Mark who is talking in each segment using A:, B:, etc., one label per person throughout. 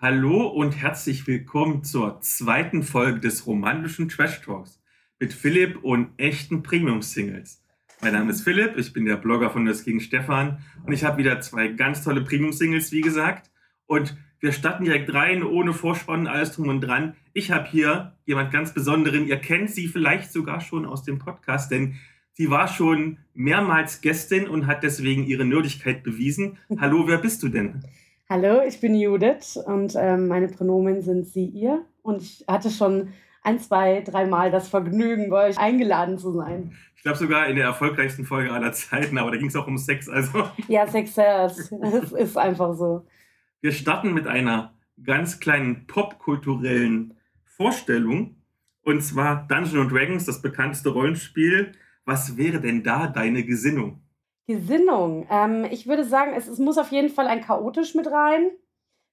A: Hallo und herzlich willkommen zur zweiten Folge des romantischen Trash Talks mit Philipp und echten Premium-Singles. Mein Name ist Philipp, ich bin der Blogger von Das gegen Stefan und ich habe wieder zwei ganz tolle Premium-Singles, wie gesagt. Und wir starten direkt rein, ohne Vorspann, alles drum und dran. Ich habe hier jemand ganz Besonderen, ihr kennt sie vielleicht sogar schon aus dem Podcast, denn sie war schon mehrmals Gästin und hat deswegen ihre Nördigkeit bewiesen. Hallo, wer bist du denn?
B: Hallo, ich bin Judith und ähm, meine Pronomen sind sie, ihr. Und ich hatte schon ein, zwei, dreimal das Vergnügen, bei euch eingeladen zu sein.
A: Ich glaube sogar in der erfolgreichsten Folge aller Zeiten, aber da ging es auch um Sex. Also
B: Ja, Success. Es ist einfach so.
A: wir starten mit einer ganz kleinen popkulturellen Vorstellung. Und zwar Dungeons Dragons, das bekannteste Rollenspiel. Was wäre denn da deine Gesinnung?
B: Gesinnung. Ähm, ich würde sagen, es, es muss auf jeden Fall ein chaotisch mit rein.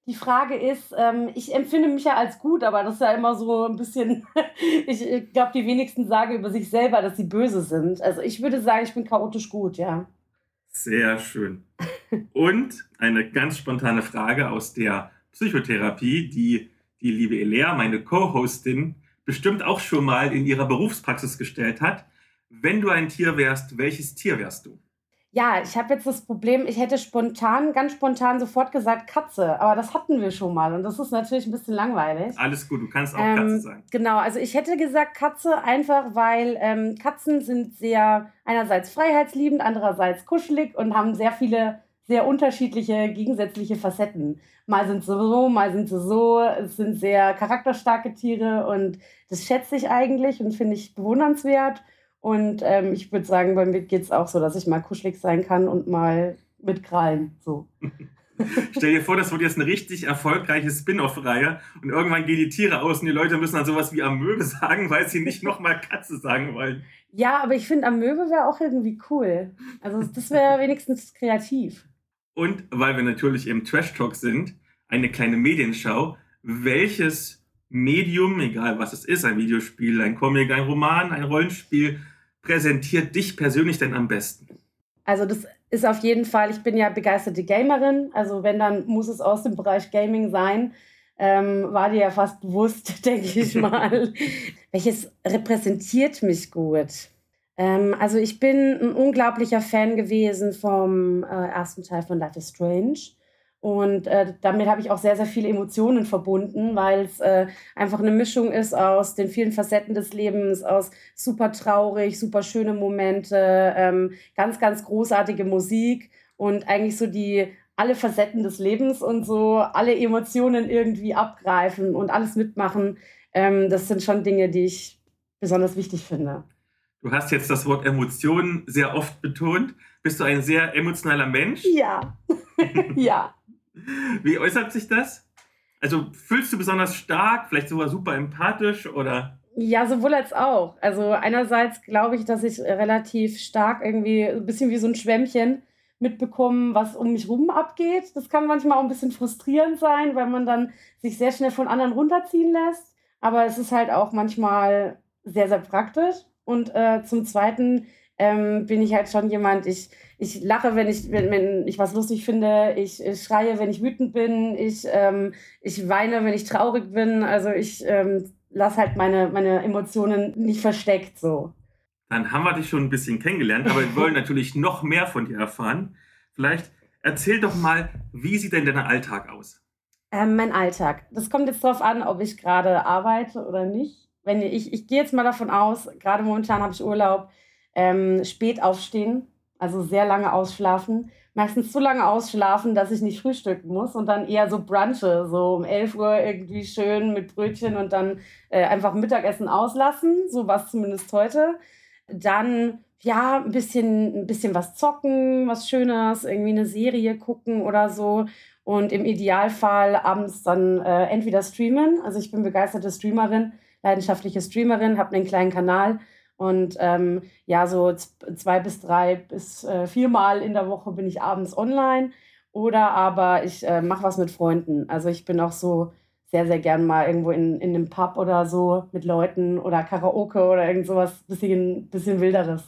B: Die Frage ist, ähm, ich empfinde mich ja als gut, aber das ist ja immer so ein bisschen, ich, ich glaube, die wenigsten sagen über sich selber, dass sie böse sind. Also ich würde sagen, ich bin chaotisch gut, ja.
A: Sehr schön. Und eine ganz spontane Frage aus der Psychotherapie, die die liebe Elea, meine Co-Hostin, bestimmt auch schon mal in ihrer Berufspraxis gestellt hat. Wenn du ein Tier wärst, welches Tier wärst du?
B: Ja, ich habe jetzt das Problem, ich hätte spontan, ganz spontan sofort gesagt Katze, aber das hatten wir schon mal und das ist natürlich ein bisschen langweilig.
A: Alles gut, du kannst auch
B: Ähm,
A: Katze sein.
B: Genau, also ich hätte gesagt Katze einfach, weil ähm, Katzen sind sehr einerseits freiheitsliebend, andererseits kuschelig und haben sehr viele sehr unterschiedliche gegensätzliche Facetten. Mal sind sie so, mal sind sie so. Es sind sehr charakterstarke Tiere und das schätze ich eigentlich und finde ich bewundernswert. Und ähm, ich würde sagen, bei mir geht es auch so, dass ich mal kuschelig sein kann und mal mit Krallen. So.
A: Stell dir vor, das wird jetzt eine richtig erfolgreiche Spin-off-Reihe und irgendwann gehen die Tiere aus und die Leute müssen dann sowas wie Amöbe sagen, weil sie nicht nochmal Katze sagen wollen.
B: Ja, aber ich finde, Amöbe wäre auch irgendwie cool. Also das wäre wenigstens kreativ.
A: Und weil wir natürlich im Trash-Talk sind, eine kleine Medienschau. Welches Medium, egal was es ist, ein Videospiel, ein Comic, ein Roman, ein Rollenspiel, präsentiert dich persönlich denn am besten?
B: Also das ist auf jeden Fall, ich bin ja begeisterte Gamerin, also wenn, dann muss es aus dem Bereich Gaming sein. Ähm, war dir ja fast bewusst, denke ich mal. Welches repräsentiert mich gut? Ähm, also ich bin ein unglaublicher Fan gewesen vom äh, ersten Teil von Life is Strange. Und äh, damit habe ich auch sehr, sehr viele Emotionen verbunden, weil es äh, einfach eine Mischung ist aus den vielen Facetten des Lebens, aus super traurig, super schöne Momente, ähm, ganz, ganz großartige Musik und eigentlich so die alle Facetten des Lebens und so alle Emotionen irgendwie abgreifen und alles mitmachen. Ähm, das sind schon Dinge, die ich besonders wichtig finde.
A: Du hast jetzt das Wort Emotionen sehr oft betont. Bist du ein sehr emotionaler Mensch?
B: Ja, ja.
A: Wie äußert sich das? Also fühlst du besonders stark, vielleicht sogar super empathisch oder?
B: Ja, sowohl als auch. Also einerseits glaube ich, dass ich relativ stark irgendwie ein bisschen wie so ein Schwämmchen mitbekomme, was um mich rum abgeht. Das kann manchmal auch ein bisschen frustrierend sein, weil man dann sich sehr schnell von anderen runterziehen lässt. Aber es ist halt auch manchmal sehr, sehr praktisch. Und äh, zum Zweiten ähm, bin ich halt schon jemand, ich, ich lache, wenn ich, wenn, wenn ich was lustig finde, ich, ich schreie, wenn ich wütend bin, ich, ähm, ich weine, wenn ich traurig bin. Also ich ähm, lasse halt meine, meine Emotionen nicht versteckt so.
A: Dann haben wir dich schon ein bisschen kennengelernt, aber wir wollen natürlich noch mehr von dir erfahren. Vielleicht erzähl doch mal, wie sieht denn dein Alltag aus?
B: Ähm, mein Alltag. Das kommt jetzt drauf an, ob ich gerade arbeite oder nicht. Wenn ich, ich gehe jetzt mal davon aus, gerade momentan habe ich Urlaub, ähm, spät aufstehen, also sehr lange ausschlafen. Meistens so lange ausschlafen, dass ich nicht frühstücken muss und dann eher so brunche, so um 11 Uhr irgendwie schön mit Brötchen und dann äh, einfach Mittagessen auslassen, so was zumindest heute. Dann ja, ein bisschen, ein bisschen was zocken, was Schönes, irgendwie eine Serie gucken oder so. Und im Idealfall abends dann äh, entweder streamen. Also ich bin begeisterte Streamerin, leidenschaftliche Streamerin, habe einen kleinen Kanal und ähm, ja, so z- zwei bis drei bis äh, viermal in der Woche bin ich abends online. Oder aber ich äh, mache was mit Freunden. Also ich bin auch so sehr, sehr gern mal irgendwo in, in einem Pub oder so mit Leuten oder Karaoke oder irgend sowas bisschen, bisschen wilderes.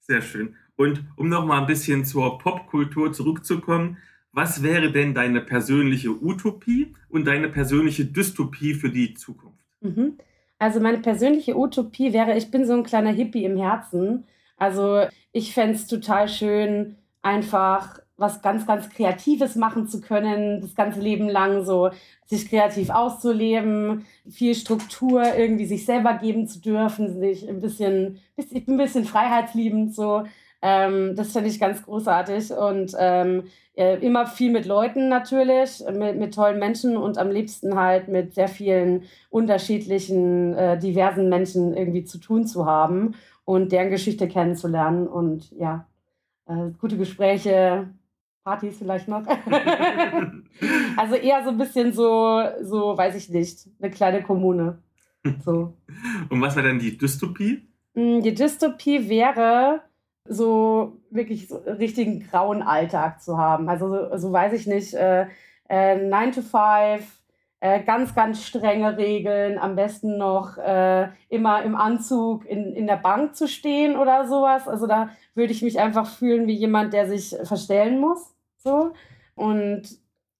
A: Sehr schön. Und um noch mal ein bisschen zur Popkultur zurückzukommen, Was wäre denn deine persönliche Utopie und deine persönliche Dystopie für die Zukunft?
B: Mhm. Also meine persönliche Utopie wäre, ich bin so ein kleiner Hippie im Herzen. Also ich fände es total schön, einfach was ganz, ganz Kreatives machen zu können, das ganze Leben lang so sich kreativ auszuleben, viel Struktur irgendwie sich selber geben zu dürfen, sich ein bisschen, ich bin ein bisschen freiheitsliebend so. Ähm, das finde ich ganz großartig und ähm, immer viel mit Leuten natürlich, mit, mit, tollen Menschen und am liebsten halt mit sehr vielen unterschiedlichen, äh, diversen Menschen irgendwie zu tun zu haben und deren Geschichte kennenzulernen und ja, äh, gute Gespräche, Partys vielleicht noch. also eher so ein bisschen so, so weiß ich nicht, eine kleine Kommune. So.
A: Und was war denn die Dystopie?
B: Hm, Die Dystopie wäre, so wirklich so richtigen grauen Alltag zu haben. Also so, so weiß ich nicht, äh, äh, 9 to 5, äh, ganz, ganz strenge Regeln, am besten noch äh, immer im Anzug in, in der Bank zu stehen oder sowas. Also da würde ich mich einfach fühlen wie jemand, der sich verstellen muss. So. Und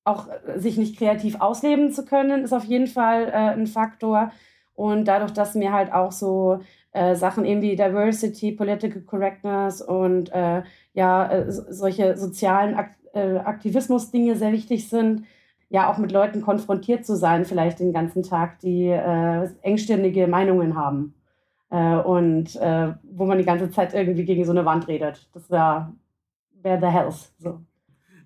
B: auch äh, sich nicht kreativ ausleben zu können, ist auf jeden Fall äh, ein Faktor. Und dadurch, dass mir halt auch so äh, Sachen eben wie Diversity, Political Correctness und äh, ja, äh, solche sozialen Ak äh, Aktivismus-Dinge sehr wichtig sind, ja auch mit Leuten konfrontiert zu sein, vielleicht den ganzen Tag, die äh, engstirnige Meinungen haben Äh, und wo man die ganze Zeit irgendwie gegen so eine Wand redet. Das wäre wär the health. So.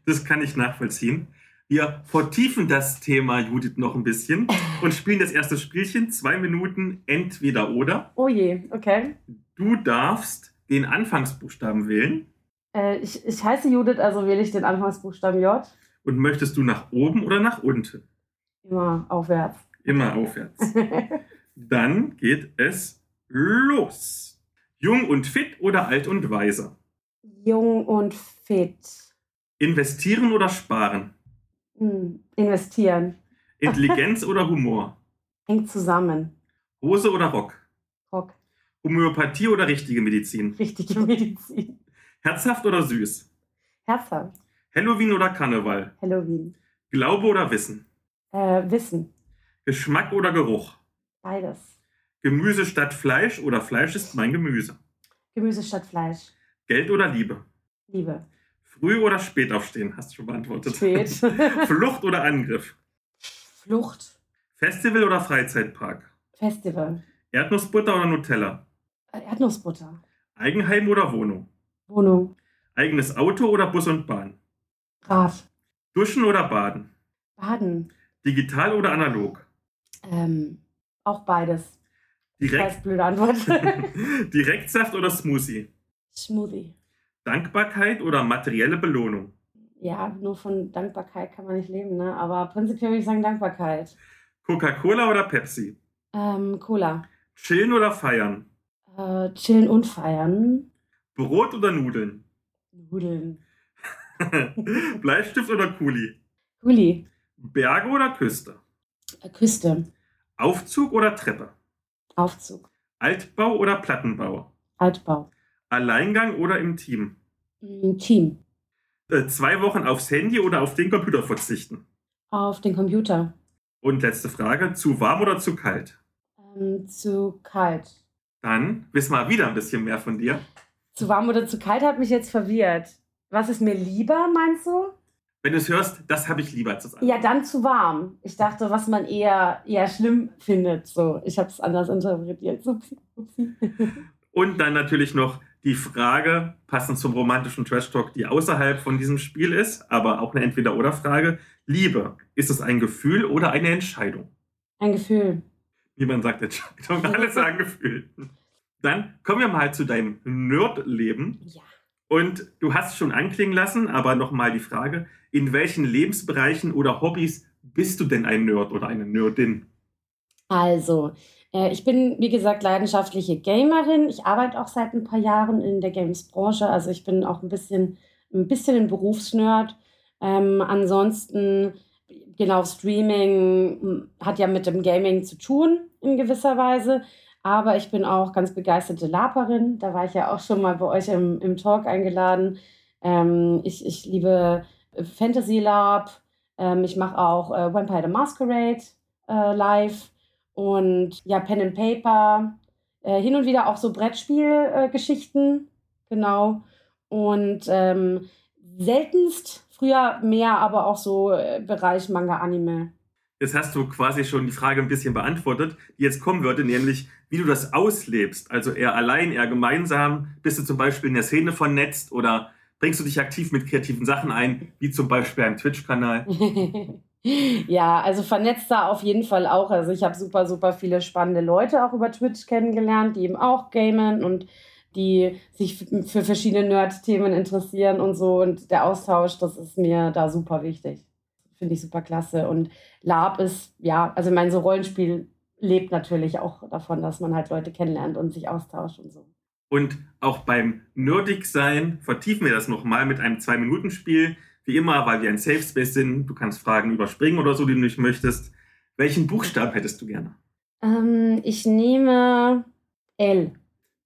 A: Das kann ich nachvollziehen. Wir vertiefen das Thema Judith noch ein bisschen und spielen das erste Spielchen. Zwei Minuten entweder oder.
B: Oh je, okay.
A: Du darfst den Anfangsbuchstaben wählen.
B: Äh, ich, ich heiße Judith, also wähle ich den Anfangsbuchstaben J.
A: Und möchtest du nach oben oder nach unten?
B: Immer aufwärts.
A: Immer aufwärts. Dann geht es los. Jung und fit oder alt und weiser?
B: Jung und fit.
A: Investieren oder sparen?
B: Hm, Investieren.
A: Intelligenz oder Humor?
B: Hängt zusammen.
A: Hose oder Rock?
B: Rock.
A: Homöopathie oder richtige Medizin?
B: Richtige Medizin.
A: Herzhaft oder süß?
B: Herzhaft.
A: Halloween oder Karneval?
B: Halloween.
A: Glaube oder Wissen?
B: Äh, Wissen.
A: Geschmack oder Geruch?
B: Beides.
A: Gemüse statt Fleisch oder Fleisch ist mein Gemüse?
B: Gemüse statt Fleisch.
A: Geld oder Liebe?
B: Liebe.
A: Früh oder spät aufstehen? Hast du schon beantwortet.
B: Spät.
A: Flucht oder Angriff?
B: Flucht.
A: Festival oder Freizeitpark?
B: Festival. Äh,
A: Erdnussbutter oder Nutella?
B: Erdnussbutter.
A: Eigenheim oder Wohnung?
B: Wohnung.
A: Eigenes Auto oder Bus und Bahn?
B: Rad.
A: Duschen oder Baden?
B: Baden.
A: Digital oder analog?
B: Ähm, auch beides.
A: Direkt,
B: Das blöde Antwort.
A: Direktsaft oder Smoothie?
B: Smoothie.
A: Dankbarkeit oder materielle Belohnung?
B: Ja, nur von Dankbarkeit kann man nicht leben, ne? Aber prinzipiell würde ich sagen Dankbarkeit.
A: Coca-Cola oder Pepsi?
B: Ähm, Cola.
A: Chillen oder feiern?
B: Äh, chillen und feiern.
A: Brot oder Nudeln?
B: Nudeln.
A: Bleistift oder Kuli?
B: Gulli.
A: Berge oder Küste?
B: Äh, Küste.
A: Aufzug oder Treppe?
B: Aufzug.
A: Altbau oder Plattenbau?
B: Altbau.
A: Alleingang oder im Team?
B: Mm, Team.
A: Äh, zwei Wochen aufs Handy oder auf den Computer verzichten?
B: Auf den Computer.
A: Und letzte Frage, zu warm oder zu kalt?
B: Ähm, zu kalt.
A: Dann wissen wir wieder ein bisschen mehr von dir.
B: Zu warm oder zu kalt hat mich jetzt verwirrt. Was ist mir lieber, meinst du?
A: Wenn du es hörst, das habe ich lieber als das andere.
B: Ja, dann zu warm. Ich dachte, was man eher, eher schlimm findet. So, ich habe es anders interpretiert. Upsi, upsi.
A: Und dann natürlich noch die Frage, passend zum romantischen Trash Talk, die außerhalb von diesem Spiel ist, aber auch eine Entweder-Oder-Frage. Liebe, ist es ein Gefühl oder eine Entscheidung?
B: Ein Gefühl.
A: Niemand sagt Entscheidung, alle sagen Gefühl. Dann kommen wir mal zu deinem Nerd-Leben.
B: Ja.
A: Und du hast es schon anklingen lassen, aber nochmal die Frage, in welchen Lebensbereichen oder Hobbys bist du denn ein Nerd oder eine Nerdin?
B: Also, äh, ich bin, wie gesagt, leidenschaftliche Gamerin. Ich arbeite auch seit ein paar Jahren in der Games-Branche. Also ich bin auch ein bisschen, ein bisschen ein Berufsnerd. Ähm, ansonsten, genau, Streaming m, hat ja mit dem Gaming zu tun in gewisser Weise. Aber ich bin auch ganz begeisterte Laperin. Da war ich ja auch schon mal bei euch im, im Talk eingeladen. Ähm, ich, ich liebe Fantasy Lab. Ähm, ich mache auch äh, Vampire the Masquerade äh, live und ja, Pen and Paper. Äh, hin und wieder auch so Brettspielgeschichten. genau. Und ähm, seltenst, früher mehr, aber auch so äh, Bereich Manga, Anime.
A: Jetzt hast du quasi schon die Frage ein bisschen beantwortet, die jetzt kommen würde, nämlich wie du das auslebst. Also eher allein, eher gemeinsam. Bist du zum Beispiel in der Szene vernetzt oder bringst du dich aktiv mit kreativen Sachen ein, wie zum Beispiel einem Twitch-Kanal?
B: ja, also vernetzt da auf jeden Fall auch. Also ich habe super, super viele spannende Leute auch über Twitch kennengelernt, die eben auch gamen und die sich für verschiedene Nerd-Themen interessieren und so. Und der Austausch, das ist mir da super wichtig. Finde ich super klasse. Und Lab ist, ja, also mein so Rollenspiel lebt natürlich auch davon, dass man halt Leute kennenlernt und sich austauscht und so.
A: Und auch beim Nerdig-Sein vertiefen wir das nochmal mit einem Zwei-Minuten-Spiel. Wie immer, weil wir ein Safe Space sind. Du kannst Fragen überspringen oder so, die du nicht möchtest. Welchen Buchstaben hättest du gerne?
B: Ähm, ich nehme L.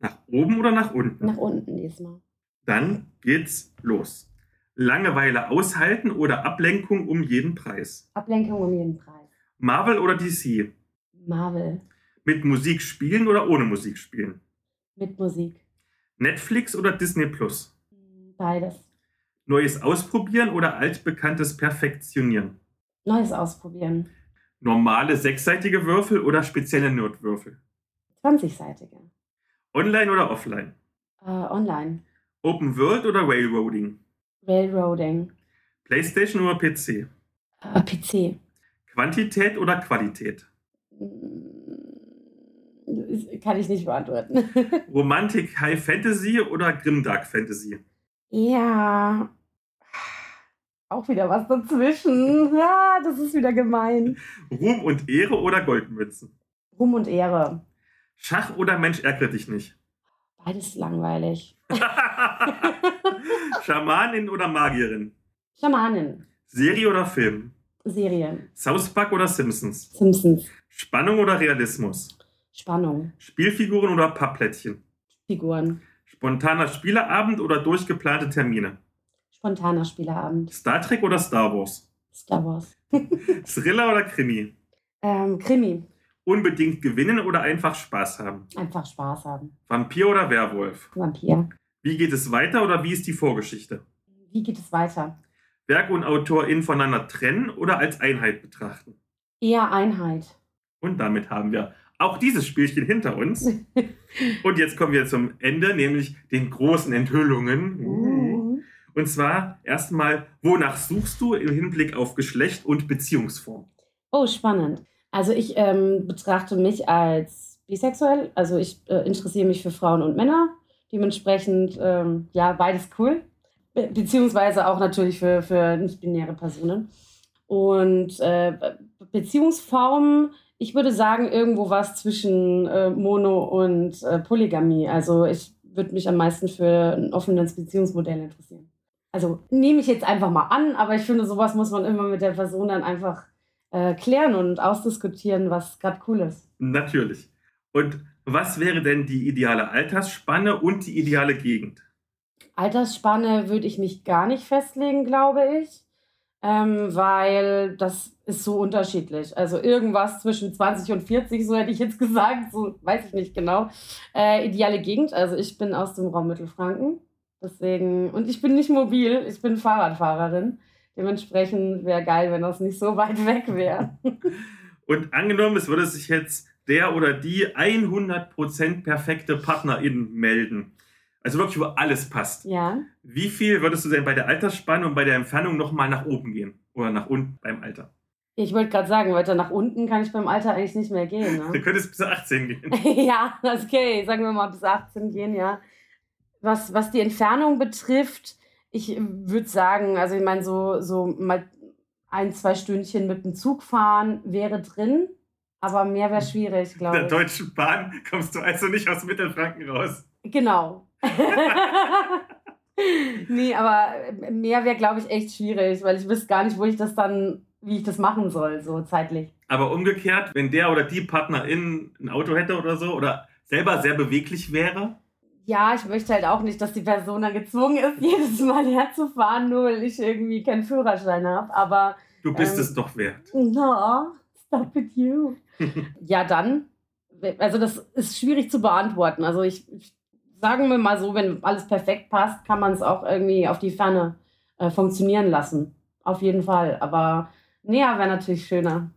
A: Nach oben oder nach unten?
B: Nach unten diesmal.
A: Dann geht's los. Langeweile aushalten oder Ablenkung um jeden Preis?
B: Ablenkung um jeden Preis.
A: Marvel oder DC?
B: Marvel.
A: Mit Musik spielen oder ohne Musik spielen?
B: Mit Musik.
A: Netflix oder Disney Plus?
B: Beides.
A: Neues ausprobieren oder altbekanntes perfektionieren?
B: Neues ausprobieren.
A: Normale sechsseitige Würfel oder spezielle Nerdwürfel?
B: 20-seitige.
A: Online oder offline?
B: Äh, online.
A: Open World oder Railroading?
B: Railroading.
A: PlayStation oder PC?
B: Äh, PC.
A: Quantität oder Qualität?
B: Hm, Kann ich nicht beantworten.
A: Romantik High Fantasy oder Grimdark Fantasy?
B: ja. Auch wieder was dazwischen. Ja, das ist wieder gemein.
A: Ruhm und Ehre oder Goldmützen?
B: Ruhm und Ehre.
A: Schach oder Mensch ärgere dich nicht?
B: Beides langweilig.
A: Schamanin oder Magierin?
B: Schamanin.
A: Serie oder Film?
B: Serien.
A: South Park oder Simpsons?
B: Simpsons.
A: Spannung oder Realismus?
B: Spannung.
A: Spielfiguren oder Pappplättchen?
B: Figuren.
A: Spontaner Spieleabend oder durchgeplante Termine?
B: Spontaner Spieleabend.
A: Star Trek oder Star Wars?
B: Star Wars.
A: Thriller oder Krimi?
B: Ähm, Krimi.
A: Unbedingt gewinnen oder einfach Spaß haben?
B: Einfach Spaß haben.
A: Vampir oder Werwolf?
B: Vampir.
A: Wie geht es weiter oder wie ist die Vorgeschichte?
B: Wie geht es weiter?
A: Werk und Autorin voneinander trennen oder als Einheit betrachten?
B: Eher Einheit.
A: Und damit haben wir auch dieses Spielchen hinter uns. und jetzt kommen wir zum Ende, nämlich den großen Enthüllungen. Mhm.
B: Uh.
A: Und zwar erstmal, wonach suchst du im Hinblick auf Geschlecht und Beziehungsform?
B: Oh, spannend. Also ich ähm, betrachte mich als bisexuell. Also ich äh, interessiere mich für Frauen und Männer. Dementsprechend, ähm, ja, beides cool. Be beziehungsweise auch natürlich für, für nicht-binäre Personen. Und äh, Be- Beziehungsformen, ich würde sagen, irgendwo was zwischen äh, Mono und äh, Polygamie. Also ich würde mich am meisten für ein offenes Beziehungsmodell interessieren. Also nehme ich jetzt einfach mal an, aber ich finde, sowas muss man immer mit der Person dann einfach äh, klären und ausdiskutieren, was gerade cool ist.
A: Natürlich. Und was wäre denn die ideale Altersspanne und die ideale Gegend?
B: Altersspanne würde ich mich gar nicht festlegen, glaube ich, ähm, weil das ist so unterschiedlich. Also irgendwas zwischen 20 und 40, so hätte ich jetzt gesagt, so weiß ich nicht genau. Äh, ideale Gegend, also ich bin aus dem Raum Mittelfranken, deswegen, und ich bin nicht mobil, ich bin Fahrradfahrerin. Dementsprechend wäre geil, wenn das nicht so weit weg wäre.
A: Und angenommen, es würde sich jetzt der oder die 100% perfekte Partnerin melden. Also wirklich, wo alles passt.
B: Ja.
A: Wie viel würdest du denn bei der Altersspanne und bei der Entfernung nochmal nach oben gehen? Oder nach unten beim Alter?
B: Ich wollte gerade sagen, weiter nach unten kann ich beim Alter eigentlich nicht mehr gehen. Ne?
A: Du könntest bis zu 18 gehen.
B: ja, okay, sagen wir mal bis 18 gehen, ja. Was, was die Entfernung betrifft, ich würde sagen, also ich meine, so, so mal ein, zwei Stündchen mit dem Zug fahren wäre drin, aber mehr wäre schwierig,
A: Mit
B: glaube
A: der
B: ich.
A: Deutschen Bahn kommst du also nicht aus Mittelfranken raus.
B: Genau. nee, aber mehr wäre, glaube ich, echt schwierig, weil ich wüsste gar nicht, wo ich das dann, wie ich das machen soll, so zeitlich.
A: Aber umgekehrt, wenn der oder die Partnerin ein Auto hätte oder so oder selber sehr beweglich wäre,
B: ja, ich möchte halt auch nicht, dass die Person dann gezwungen ist, jedes Mal herzufahren, nur weil ich irgendwie keinen Führerschein habe. Aber
A: Du bist
B: Ähm,
A: es doch wert.
B: na, stop it you. ja, dann. Also das ist schwierig zu beantworten. Also ich, ich sagen wir mal so, wenn alles perfekt passt, kann man es auch irgendwie auf die Ferne äh, funktionieren lassen. Auf jeden Fall. Aber näher wäre natürlich schöner.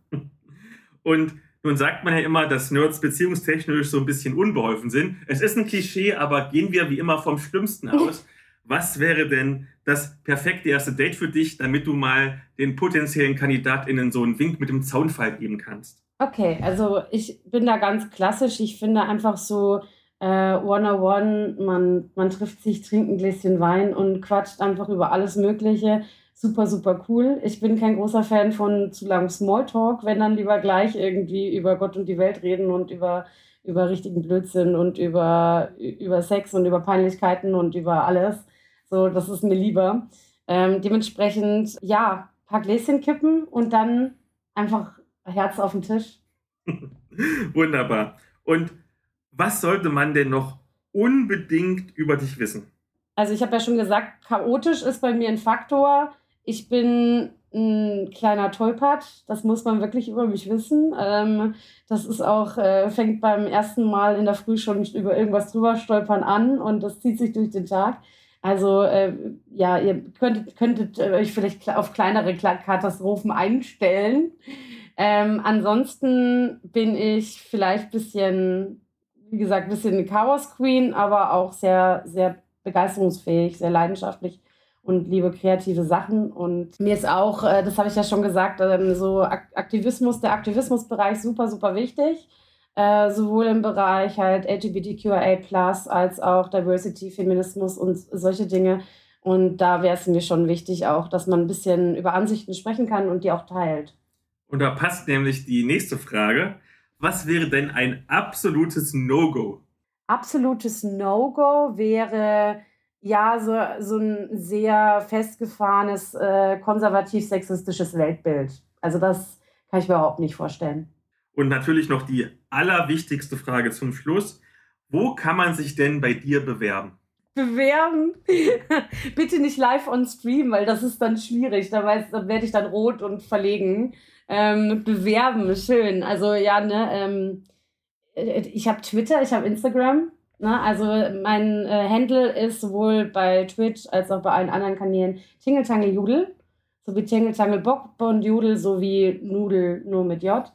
A: Und nun sagt man ja immer, dass Nerds beziehungstechnisch so ein bisschen unbeholfen sind. Es ist ein Klischee, aber gehen wir wie immer vom Schlimmsten aus. Was wäre denn das perfekte erste Date für dich, damit du mal den potenziellen KandidatInnen so einen Wink mit dem Zaunfall geben kannst?
B: Okay, also ich bin da ganz klassisch. Ich finde einfach so äh, 101, man, man trifft sich, trinkt ein Gläschen Wein und quatscht einfach über alles Mögliche. Super, super cool. Ich bin kein großer Fan von zu langem Smalltalk, wenn dann lieber gleich irgendwie über Gott und die Welt reden und über, über richtigen Blödsinn und über, über Sex und über Peinlichkeiten und über alles. So, das ist mir lieber. Ähm, dementsprechend, ja, paar Gläschen kippen und dann einfach Herz auf den Tisch.
A: Wunderbar. Und was sollte man denn noch unbedingt über dich wissen?
B: Also ich habe ja schon gesagt, chaotisch ist bei mir ein Faktor. Ich bin ein kleiner Tollpatsch, das muss man wirklich über mich wissen. Ähm, das ist auch, äh, fängt beim ersten Mal in der Früh schon über irgendwas drüber stolpern an und das zieht sich durch den Tag. Also äh, ja, ihr könntet, könntet äh, euch vielleicht kle- auf kleinere Kla- Katastrophen einstellen. Ähm, ansonsten bin ich vielleicht ein bisschen, wie gesagt, ein bisschen eine Chaos Queen, aber auch sehr, sehr begeisterungsfähig, sehr leidenschaftlich und liebe kreative Sachen. Und mir ist auch, äh, das habe ich ja schon gesagt, ähm, so Ak Aktivismus, der Aktivismusbereich super, super wichtig. Äh, sowohl im Bereich halt LGBTQIA+, als auch Diversity, Feminismus und solche Dinge. Und da wäre es mir schon wichtig auch, dass man ein bisschen über Ansichten sprechen kann und die auch teilt.
A: Und da passt nämlich die nächste Frage. Was wäre denn ein absolutes No-Go?
B: absolutes No-Go wäre ja so, so ein sehr festgefahrenes, äh, konservativ-sexistisches Weltbild. Also das kann ich mir überhaupt nicht vorstellen.
A: Und natürlich noch die allerwichtigste Frage zum Schluss. Wo kann man sich denn bei dir bewerben?
B: Bewerben. Bitte nicht live on stream, weil das ist dann schwierig. Da weiß, dann werde ich dann rot und verlegen. Ähm, bewerben, schön. Also ja, ne, ähm, äh, ich habe Twitter, ich habe Instagram. Ne? Also mein äh, Handle ist sowohl bei Twitch als auch bei allen anderen Kanälen Tingeltangeljudel, sowie Tingeltangelbock und Judel sowie Nudel nur mit J.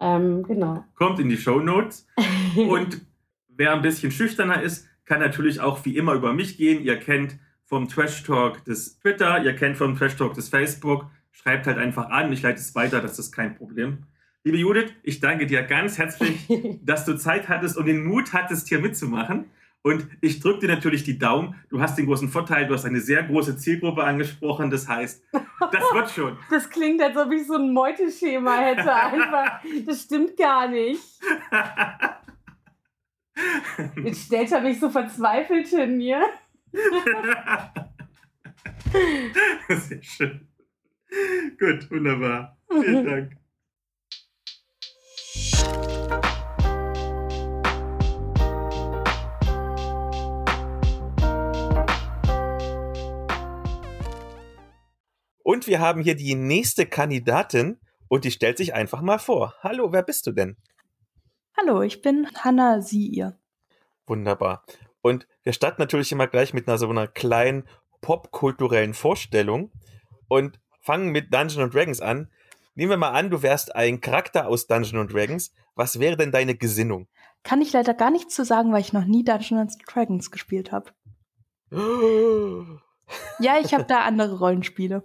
B: Ähm, genau.
A: Kommt in die Show Notes. Und wer ein bisschen schüchterner ist, kann natürlich auch wie immer über mich gehen. Ihr kennt vom Trash Talk des Twitter, ihr kennt vom Trash Talk des Facebook. Schreibt halt einfach an, ich leite es weiter, das ist kein Problem. Liebe Judith, ich danke dir ganz herzlich, dass du Zeit hattest und den Mut hattest, hier mitzumachen. Und ich drücke dir natürlich die Daumen. Du hast den großen Vorteil, du hast eine sehr große Zielgruppe angesprochen. Das heißt, das wird schon.
B: Das klingt, als ob ich so ein Meuteschema hätte. Einfach. Das stimmt gar nicht. Jetzt stellt er mich so verzweifelt hin hier.
A: Sehr schön. Gut, wunderbar. Vielen Dank. Und wir haben hier die nächste Kandidatin und die stellt sich einfach mal vor. Hallo, wer bist du denn?
C: Hallo, ich bin Hanna Sie ihr.
A: Wunderbar. Und wir starten natürlich immer gleich mit einer so einer kleinen popkulturellen Vorstellung und fangen mit Dungeons and Dragons an. Nehmen wir mal an, du wärst ein Charakter aus Dungeons and Dragons. Was wäre denn deine Gesinnung?
C: Kann ich leider gar nichts zu sagen, weil ich noch nie Dungeons and Dragons gespielt habe. Ja, ich habe da andere Rollenspiele.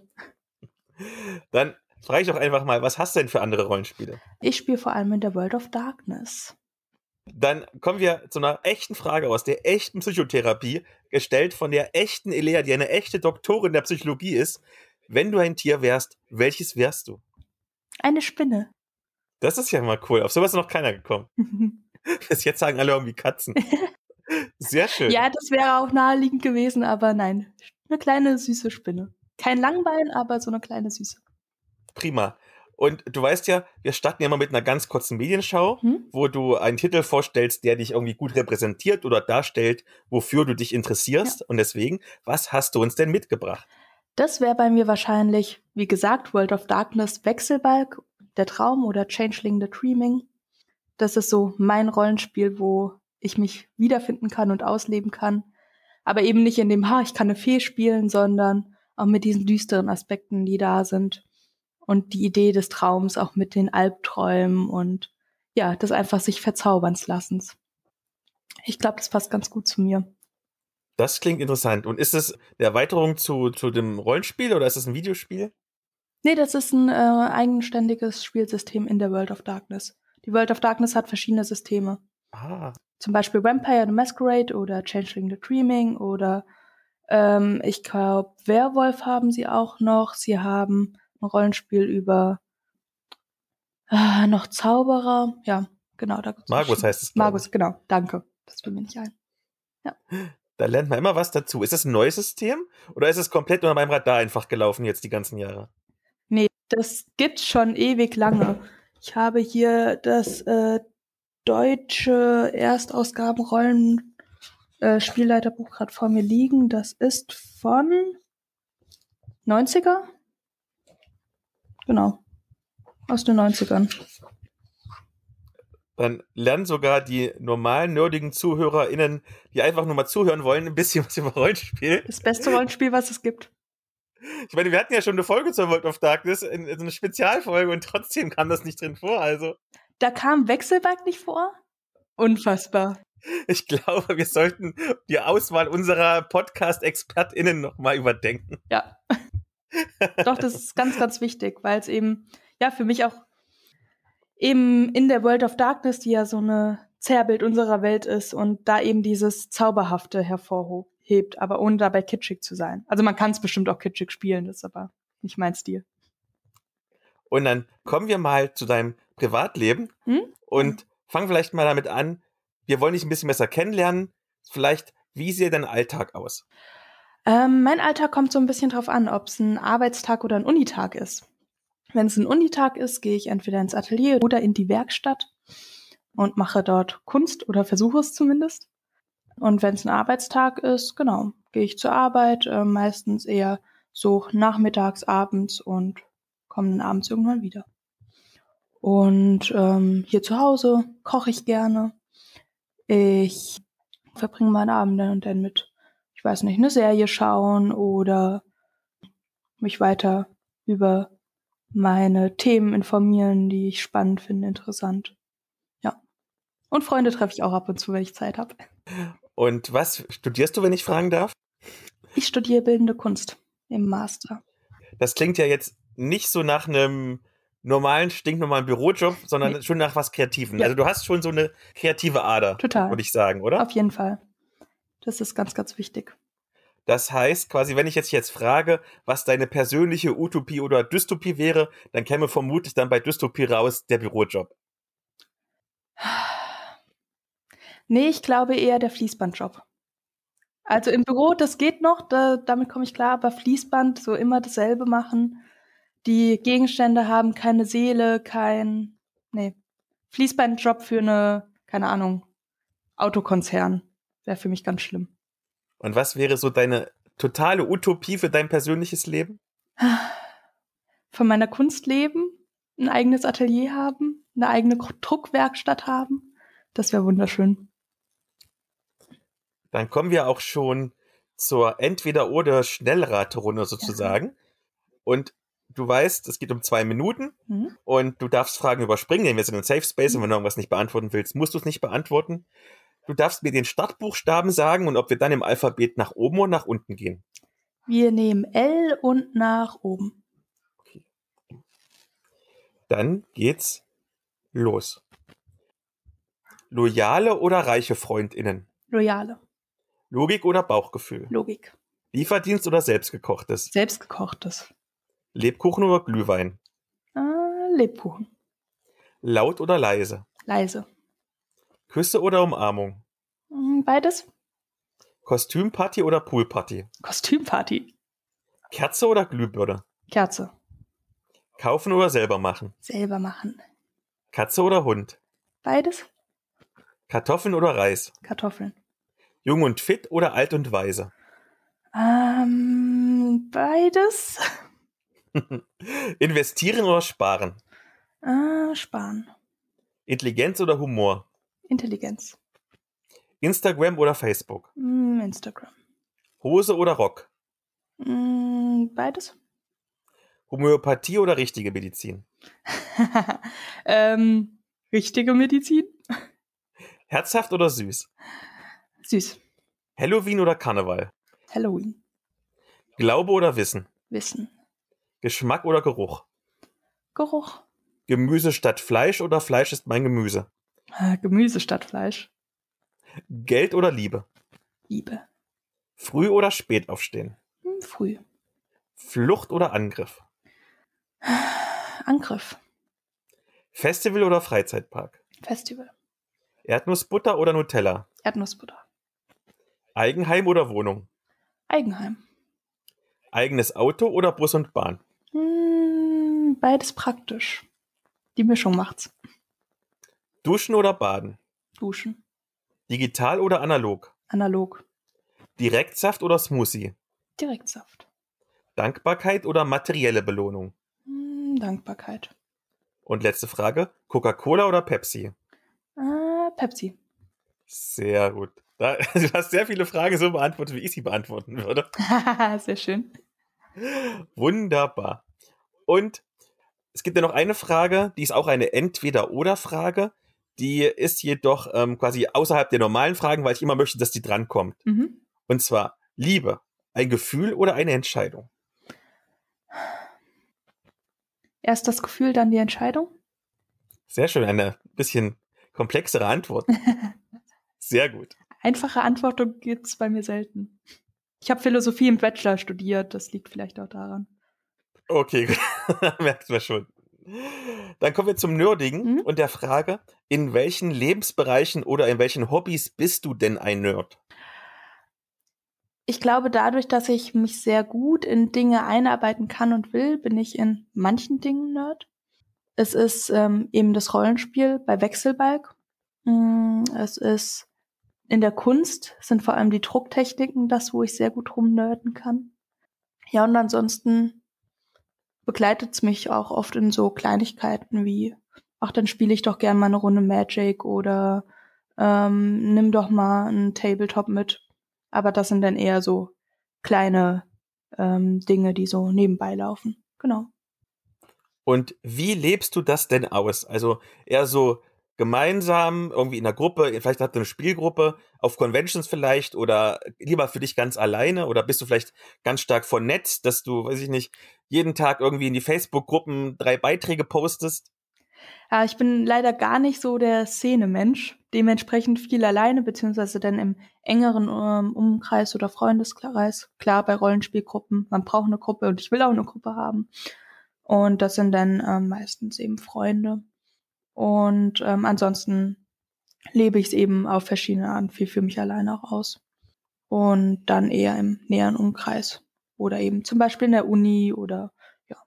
A: Dann frage ich doch einfach mal, was hast du denn für andere Rollenspiele?
C: Ich spiele vor allem in der World of Darkness.
A: Dann kommen wir zu einer echten Frage aus der echten Psychotherapie, gestellt von der echten Elea, die eine echte Doktorin der Psychologie ist. Wenn du ein Tier wärst, welches wärst du?
C: Eine Spinne.
A: Das ist ja mal cool. Auf sowas ist noch keiner gekommen. Bis jetzt sagen alle irgendwie Katzen. Sehr schön.
C: ja, das wäre auch naheliegend gewesen, aber nein. Eine kleine süße Spinne. Kein Langbein, aber so eine kleine süße.
A: Prima. Und du weißt ja, wir starten ja immer mit einer ganz kurzen Medienschau,
C: Hm?
A: wo du einen Titel vorstellst, der dich irgendwie gut repräsentiert oder darstellt, wofür du dich interessierst. Und deswegen, was hast du uns denn mitgebracht?
C: Das wäre bei mir wahrscheinlich, wie gesagt, World of Darkness, Wechselbalg, der Traum oder Changeling the Dreaming. Das ist so mein Rollenspiel, wo ich mich wiederfinden kann und ausleben kann. Aber eben nicht in dem, ha, ich kann eine Fee spielen, sondern auch mit diesen düsteren Aspekten, die da sind. Und die Idee des Traums auch mit den Albträumen und ja, das einfach sich verzaubern lassen. Ich glaube, das passt ganz gut zu mir.
A: Das klingt interessant. Und ist es eine Erweiterung zu, zu dem Rollenspiel oder ist es ein Videospiel?
C: Nee, das ist ein äh, eigenständiges Spielsystem in der World of Darkness. Die World of Darkness hat verschiedene Systeme.
A: Ah,
C: Zum Beispiel Vampire the Masquerade oder Changeling the Dreaming oder ähm, ich glaube Werwolf haben sie auch noch. Sie haben ein Rollenspiel über äh, noch Zauberer. Ja, genau. Da gibt's
A: Magus
C: verschiedene-
A: heißt es. glaub ich.
C: Magus, genau. Danke. Das fiel mir nicht ein.
A: Da lernt man immer was dazu. Ist das ein neues System oder ist es komplett unter meinem Radar einfach gelaufen jetzt die ganzen Jahre?
C: Nee, das gibt's schon ewig lange. Ich habe hier das äh, deutsche Erstausgabenrollen äh, Spielleiterbuch gerade vor mir liegen. Das ist von 90er? Genau. Aus den 90ern.
A: Dann lernen sogar die normalen, nerdigen ZuhörerInnen, die einfach nur mal zuhören wollen, ein bisschen was über Rollenspiel.
C: Das beste Rollenspiel, was es gibt.
A: Ich meine, wir hatten ja schon eine Folge zur World of Darkness, in, in so eine Spezialfolge und trotzdem kam das nicht drin vor. Also,
C: Da kam Wechselbalg nicht vor? Unfassbar.
A: ich glaube, wir sollten die Auswahl unserer Podcast-ExpertInnen nochmal überdenken.
C: Ja. Doch, das ist ganz, ganz wichtig, weil es eben, ja, für mich auch eben in der World of Darkness, die ja so eine Zerrbild unserer Welt ist und da eben dieses Zauberhafte hervorhebt, aber ohne dabei kitschig zu sein. Also man kann es bestimmt auch kitschig spielen, das ist aber nicht mein Stil.
A: Und dann kommen wir mal zu deinem Privatleben
C: Hm?
A: und fangen vielleicht mal damit an. Wir wollen dich ein bisschen besser kennenlernen. Vielleicht, wie sieht dein Alltag aus?
C: Ähm, mein Alltag kommt so ein bisschen drauf an, ob es ein Arbeitstag oder ein Unitag ist. Wenn es ein Unitag ist, gehe ich entweder ins Atelier oder in die Werkstatt und mache dort Kunst oder versuche es zumindest. Und wenn es ein Arbeitstag ist, genau, gehe ich zur Arbeit, äh, meistens eher so nachmittags, abends und komme dann abends irgendwann wieder. Und ähm, hier zu Hause koche ich gerne. Ich verbringe meine Abende und dann mit ich weiß nicht, eine Serie schauen oder mich weiter über meine Themen informieren, die ich spannend finde, interessant. Ja. Und Freunde treffe ich auch ab und zu, wenn ich Zeit habe.
A: Und was studierst du, wenn ich fragen darf?
C: Ich studiere bildende Kunst im Master.
A: Das klingt ja jetzt nicht so nach einem normalen, stinknormalen Bürojob, sondern
C: Nee.
A: schon nach was Kreativen.
C: Ja.
A: Also du hast schon so eine kreative Ader,
C: Total.
A: würde ich sagen, oder?
C: Auf jeden Fall. Das ist ganz, ganz wichtig.
A: Das heißt, quasi, wenn ich jetzt jetzt frage, was deine persönliche Utopie oder Dystopie wäre, dann käme vermutlich dann bei Dystopie raus der Bürojob.
C: Nee, ich glaube eher der Fließbandjob. Also im Büro, das geht noch, da, damit komme ich klar, aber Fließband, so immer dasselbe machen. Die Gegenstände haben keine Seele, kein. Nee. Fließbandjob für eine, keine Ahnung, Autokonzern. Wäre für mich ganz schlimm.
A: Und was wäre so deine totale Utopie für dein persönliches Leben?
C: Von meiner Kunst leben, ein eigenes Atelier haben, eine eigene Druckwerkstatt haben. Das wäre wunderschön.
A: Dann kommen wir auch schon zur Entweder-oder-Schnellraterunde sozusagen. Und du weißt, es geht um zwei Minuten
C: Mhm.
A: und du darfst Fragen überspringen, denn wir sind in Safe Space und wenn du irgendwas nicht beantworten willst, musst du es nicht beantworten. Du darfst mir den Startbuchstaben sagen und ob wir dann im Alphabet nach oben oder nach unten gehen.
C: Wir nehmen L und nach oben.
A: Dann geht's los. Loyale oder reiche FreundInnen?
C: Loyale.
A: Logik oder Bauchgefühl?
C: Logik.
A: Lieferdienst oder selbstgekochtes?
C: Selbstgekochtes.
A: Lebkuchen oder Glühwein?
C: Äh, Lebkuchen.
A: Laut oder leise?
C: Leise.
A: Küsse oder Umarmung?
C: Mm, Beides.
A: Kostümparty oder Poolparty?
C: Kostümparty.
A: Kerze oder Glühbirne?
C: Kerze.
A: Kaufen oder selber machen?
C: Selber machen.
A: Katze oder Hund?
C: Beides?
A: Kartoffeln oder Reis?
C: Kartoffeln.
A: Jung und fit oder alt und weise?
C: Ähm, beides?
A: Investieren oder sparen?
C: Äh, sparen.
A: Intelligenz oder Humor?
C: Intelligenz.
A: Instagram oder Facebook?
C: Mm, Instagram.
A: Hose oder Rock?
C: Mm, beides?
A: Homöopathie oder richtige Medizin?
C: ähm, richtige Medizin?
A: Herzhaft oder süß?
C: Süß.
A: Halloween oder Karneval?
C: Halloween.
A: Glaube oder Wissen?
C: Wissen.
A: Geschmack oder Geruch?
C: Geruch.
A: Gemüse statt Fleisch oder Fleisch ist mein Gemüse?
C: Äh, Gemüse statt Fleisch.
A: Geld oder Liebe?
C: Liebe.
A: Früh oder spät aufstehen?
C: Hm, früh.
A: Flucht oder Angriff?
C: Angriff.
A: Festival oder Freizeitpark?
C: Festival.
A: Erdnussbutter oder Nutella?
C: Erdnussbutter.
A: Eigenheim oder Wohnung?
C: Eigenheim.
A: Eigenes Auto oder Bus und Bahn?
C: Mm, beides praktisch. Die Mischung macht's.
A: Duschen oder Baden?
C: Duschen.
A: Digital oder analog?
C: Analog.
A: Direktsaft oder Smoothie?
C: Direktsaft.
A: Dankbarkeit oder materielle Belohnung?
C: Mm, Dankbarkeit.
A: Und letzte Frage, Coca-Cola oder Pepsi?
C: Äh, Pepsi.
A: Sehr gut. Da, du hast sehr viele Fragen so beantwortet, wie ich sie beantworten würde.
C: Sehr schön.
A: Wunderbar. Und es gibt ja noch eine Frage, die ist auch eine Entweder-Oder-Frage. Die ist jedoch ähm, quasi außerhalb der normalen Fragen, weil ich immer möchte, dass die drankommt.
C: Mhm.
A: Und zwar Liebe, ein Gefühl oder eine Entscheidung?
C: Erst das Gefühl, dann die Entscheidung.
A: Sehr schön, eine bisschen komplexere Antwort. Sehr gut.
C: Einfache Antworten gibt's bei mir selten. Ich habe Philosophie im Bachelor studiert, das liegt vielleicht auch daran.
A: Okay, gut. merkt man schon. Dann kommen wir zum Nerdigen
C: Mhm.
A: und der Frage, in welchen Lebensbereichen oder in welchen Hobbys bist du denn ein Nerd?
C: Ich glaube, dadurch, dass ich mich sehr gut in Dinge einarbeiten kann und will, bin ich in manchen Dingen Nerd. Es ist ähm, eben das Rollenspiel bei Wechselbalg. Mm, Es ist in der Kunst, sind vor allem die Drucktechniken das, wo ich sehr gut rumnerden kann. Ja, und ansonsten begleitet es mich auch oft in so Kleinigkeiten wie, ach, dann spiele ich doch gern mal eine Runde Magic oder ähm, nimm doch mal einen Tabletop mit. Aber das sind dann eher so kleine ähm, Dinge, die so nebenbei laufen. Genau.
A: Und wie lebst du das denn aus? Also eher so gemeinsam, irgendwie in einer Gruppe, vielleicht habt ihr eine Spielgruppe, auf Conventions vielleicht oder lieber für dich ganz alleine oder bist du vielleicht ganz stark vernetzt, dass du, weiß ich nicht, jeden Tag irgendwie in die Facebook-Gruppen drei Beiträge postest?
C: Ja, Äh, ich bin leider gar nicht so der Szenemensch. Dementsprechend viel alleine, beziehungsweise dann im engeren ähm, Umkreis oder Freundeskreis. Klar, bei Rollenspielgruppen. Man braucht eine Gruppe und ich will auch eine Gruppe haben. Und das sind dann ähm, meistens eben Freunde. Und ähm, ansonsten lebe ich es eben auf verschiedene Arten viel für mich alleine auch aus. Und dann eher im näheren Umkreis. Oder eben zum Beispiel in der Uni oder ja.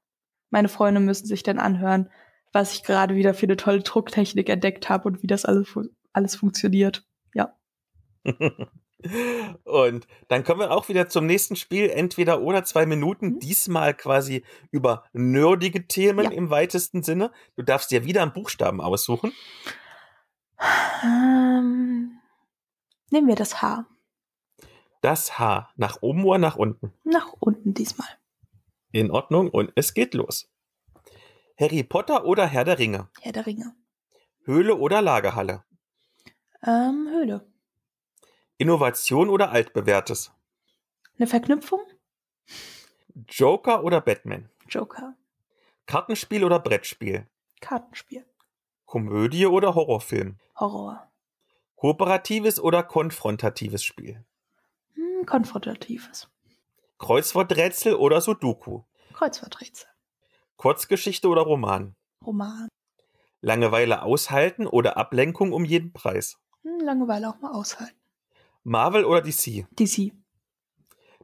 C: Meine Freunde müssen sich dann anhören, was ich gerade wieder für eine tolle Drucktechnik entdeckt habe und wie das alles, fu- alles funktioniert.
A: Und dann kommen wir auch wieder zum nächsten Spiel, entweder oder zwei Minuten,
C: Mhm.
A: diesmal quasi über nerdige Themen
C: Ja.
A: im weitesten Sinne. Du darfst dir wieder einen Buchstaben aussuchen.
C: Ähm, nehmen wir das Haar.
A: Das H nach oben oder nach unten?
C: Nach unten diesmal.
A: In Ordnung und es geht los. Harry Potter oder Herr der Ringe?
C: Herr der Ringe.
A: Höhle oder Lagerhalle?
C: Ähm, Höhle.
A: Innovation oder altbewährtes?
C: Eine Verknüpfung?
A: Joker oder Batman?
C: Joker.
A: Kartenspiel oder Brettspiel?
C: Kartenspiel.
A: Komödie oder Horrorfilm?
C: Horror.
A: Kooperatives oder konfrontatives Spiel?
C: Hm, konfrontatives.
A: Kreuzworträtsel oder Sudoku?
C: Kreuzworträtsel.
A: Kurzgeschichte oder Roman?
C: Roman.
A: Langeweile aushalten oder Ablenkung um jeden Preis?
C: Hm, Langeweile auch mal aushalten.
A: Marvel oder DC?
C: DC.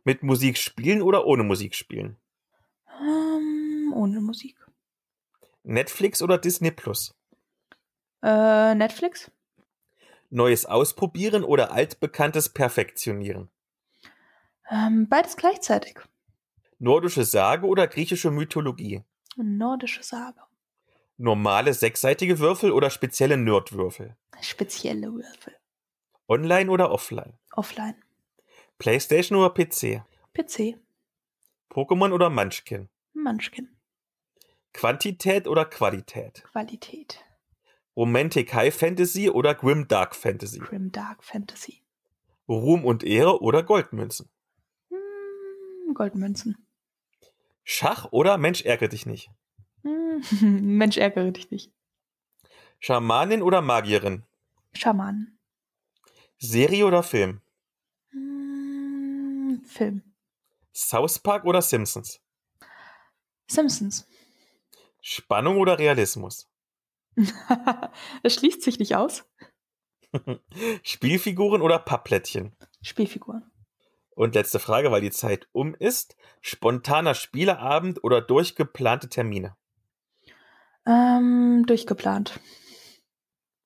A: Mit Musik spielen oder ohne Musik spielen?
C: Ähm, ohne Musik.
A: Netflix oder Disney Plus?
C: Äh, Netflix?
A: Neues ausprobieren oder altbekanntes perfektionieren?
C: Ähm, beides gleichzeitig.
A: Nordische Sage oder griechische Mythologie?
C: Nordische Sage.
A: Normale sechsseitige Würfel oder spezielle Nerdwürfel?
C: Spezielle Würfel.
A: Online oder offline?
C: Offline.
A: Playstation oder PC?
C: PC.
A: Pokémon oder Munchkin?
C: Munchkin.
A: Quantität oder Qualität?
C: Qualität.
A: Romantic High Fantasy oder Grim Dark Fantasy?
C: Grim Dark Fantasy.
A: Ruhm und Ehre oder Goldmünzen?
C: Hm, Goldmünzen.
A: Schach oder Mensch ärgere dich nicht?
C: Hm, Mensch, ärgere dich nicht.
A: Schamanin oder Magierin?
C: Schamanen.
A: Serie oder Film?
C: Hm, Film.
A: South Park oder Simpsons?
C: Simpsons.
A: Spannung oder Realismus?
C: das schließt sich nicht aus.
A: Spielfiguren oder Pappplättchen?
C: Spielfiguren.
A: Und letzte Frage, weil die Zeit um ist. Spontaner Spieleabend oder durchgeplante Termine?
C: Ähm, durchgeplant.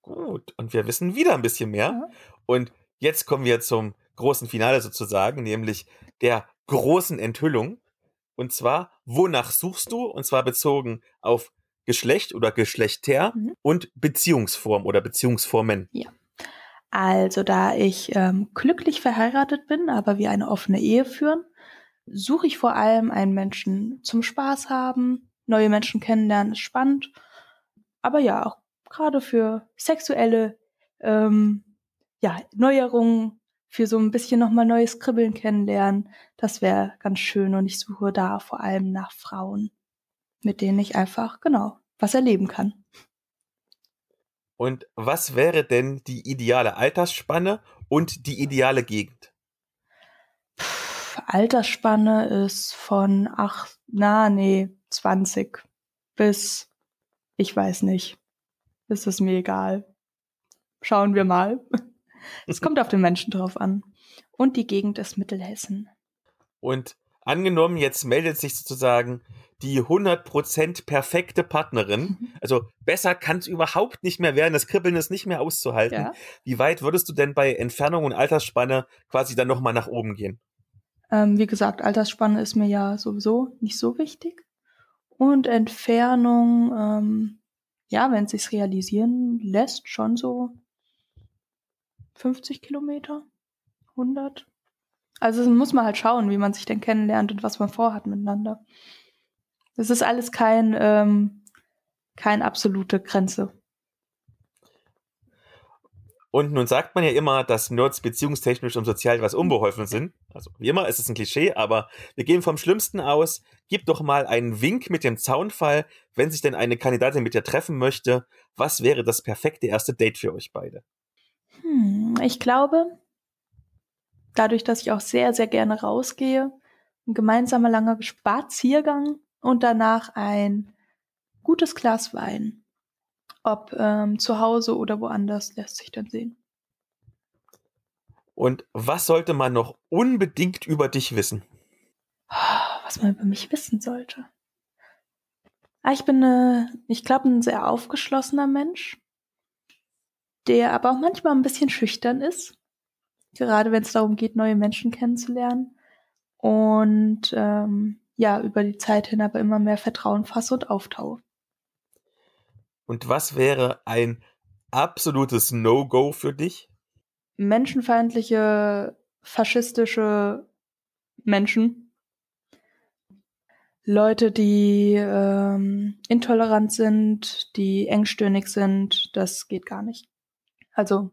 A: Gut, und wir wissen wieder ein bisschen mehr.
C: Ja.
A: Und jetzt kommen wir zum großen Finale sozusagen, nämlich der großen Enthüllung. Und zwar, wonach suchst du? Und zwar bezogen auf Geschlecht oder Geschlechter
C: Mhm.
A: und Beziehungsform oder Beziehungsformen.
C: Also, da ich ähm, glücklich verheiratet bin, aber wir eine offene Ehe führen, suche ich vor allem einen Menschen zum Spaß haben, neue Menschen kennenlernen, ist spannend. Aber ja, auch gerade für sexuelle ähm, ja, Neuerungen, für so ein bisschen nochmal neues Kribbeln kennenlernen, das wäre ganz schön. Und ich suche da vor allem nach Frauen, mit denen ich einfach, genau, was erleben kann.
A: Und was wäre denn die ideale Altersspanne und die ideale Gegend?
C: Pff, Altersspanne ist von acht, na, nee, 20 bis, ich weiß nicht. Ist es mir egal. Schauen wir mal. Es kommt auf den Menschen drauf an. Und die Gegend ist Mittelhessen.
A: Und angenommen, jetzt meldet sich sozusagen die 100% perfekte Partnerin. Also besser kann es überhaupt nicht mehr werden. Das Kribbeln ist nicht mehr auszuhalten.
C: Ja.
A: Wie weit würdest du denn bei Entfernung und Altersspanne quasi dann nochmal nach oben gehen?
C: Ähm, wie gesagt, Altersspanne ist mir ja sowieso nicht so wichtig. Und Entfernung, ähm, ja, wenn es sich realisieren lässt, schon so 50 Kilometer, 100. Also muss man halt schauen, wie man sich denn kennenlernt und was man vorhat miteinander. Das ist alles kein, ähm, kein absolute Grenze.
A: Und nun sagt man ja immer, dass Nerds beziehungstechnisch und sozial was unbeholfen sind. Also wie immer ist es ein Klischee, aber wir gehen vom Schlimmsten aus. Gib doch mal einen Wink mit dem Zaunfall, wenn sich denn eine Kandidatin mit dir treffen möchte. Was wäre das perfekte erste Date für euch beide?
C: Hm, ich glaube, dadurch, dass ich auch sehr, sehr gerne rausgehe, ein gemeinsamer langer Spaziergang und danach ein gutes Glas Wein. Ob ähm, zu Hause oder woanders, lässt sich dann sehen.
A: Und was sollte man noch unbedingt über dich wissen?
C: Was man über mich wissen sollte. Ah, Ich bin, äh, ich glaube, ein sehr aufgeschlossener Mensch, der aber auch manchmal ein bisschen schüchtern ist. Gerade wenn es darum geht, neue Menschen kennenzulernen. Und ähm, ja, über die Zeit hin aber immer mehr Vertrauen fasse und auftaue.
A: Und was wäre ein absolutes No-Go für dich?
C: menschenfeindliche, faschistische Menschen. Leute, die ähm, intolerant sind, die engstirnig sind, das geht gar nicht. Also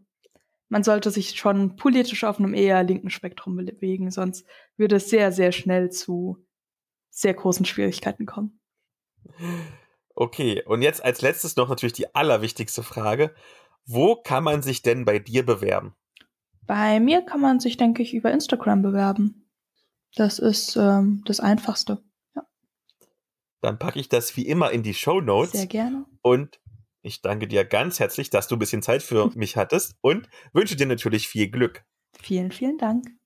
C: man sollte sich schon politisch auf einem eher linken Spektrum bewegen, sonst würde es sehr, sehr schnell zu sehr großen Schwierigkeiten kommen.
A: Okay, und jetzt als letztes noch natürlich die allerwichtigste Frage. Wo kann man sich denn bei dir bewerben?
C: Bei mir kann man sich, denke ich, über Instagram bewerben. Das ist ähm, das Einfachste.
A: Dann packe ich das wie immer in die Show Notes
C: Sehr gerne.
A: und ich danke dir ganz herzlich, dass du ein bisschen Zeit für mich hattest und wünsche dir natürlich viel Glück.
C: Vielen, vielen Dank.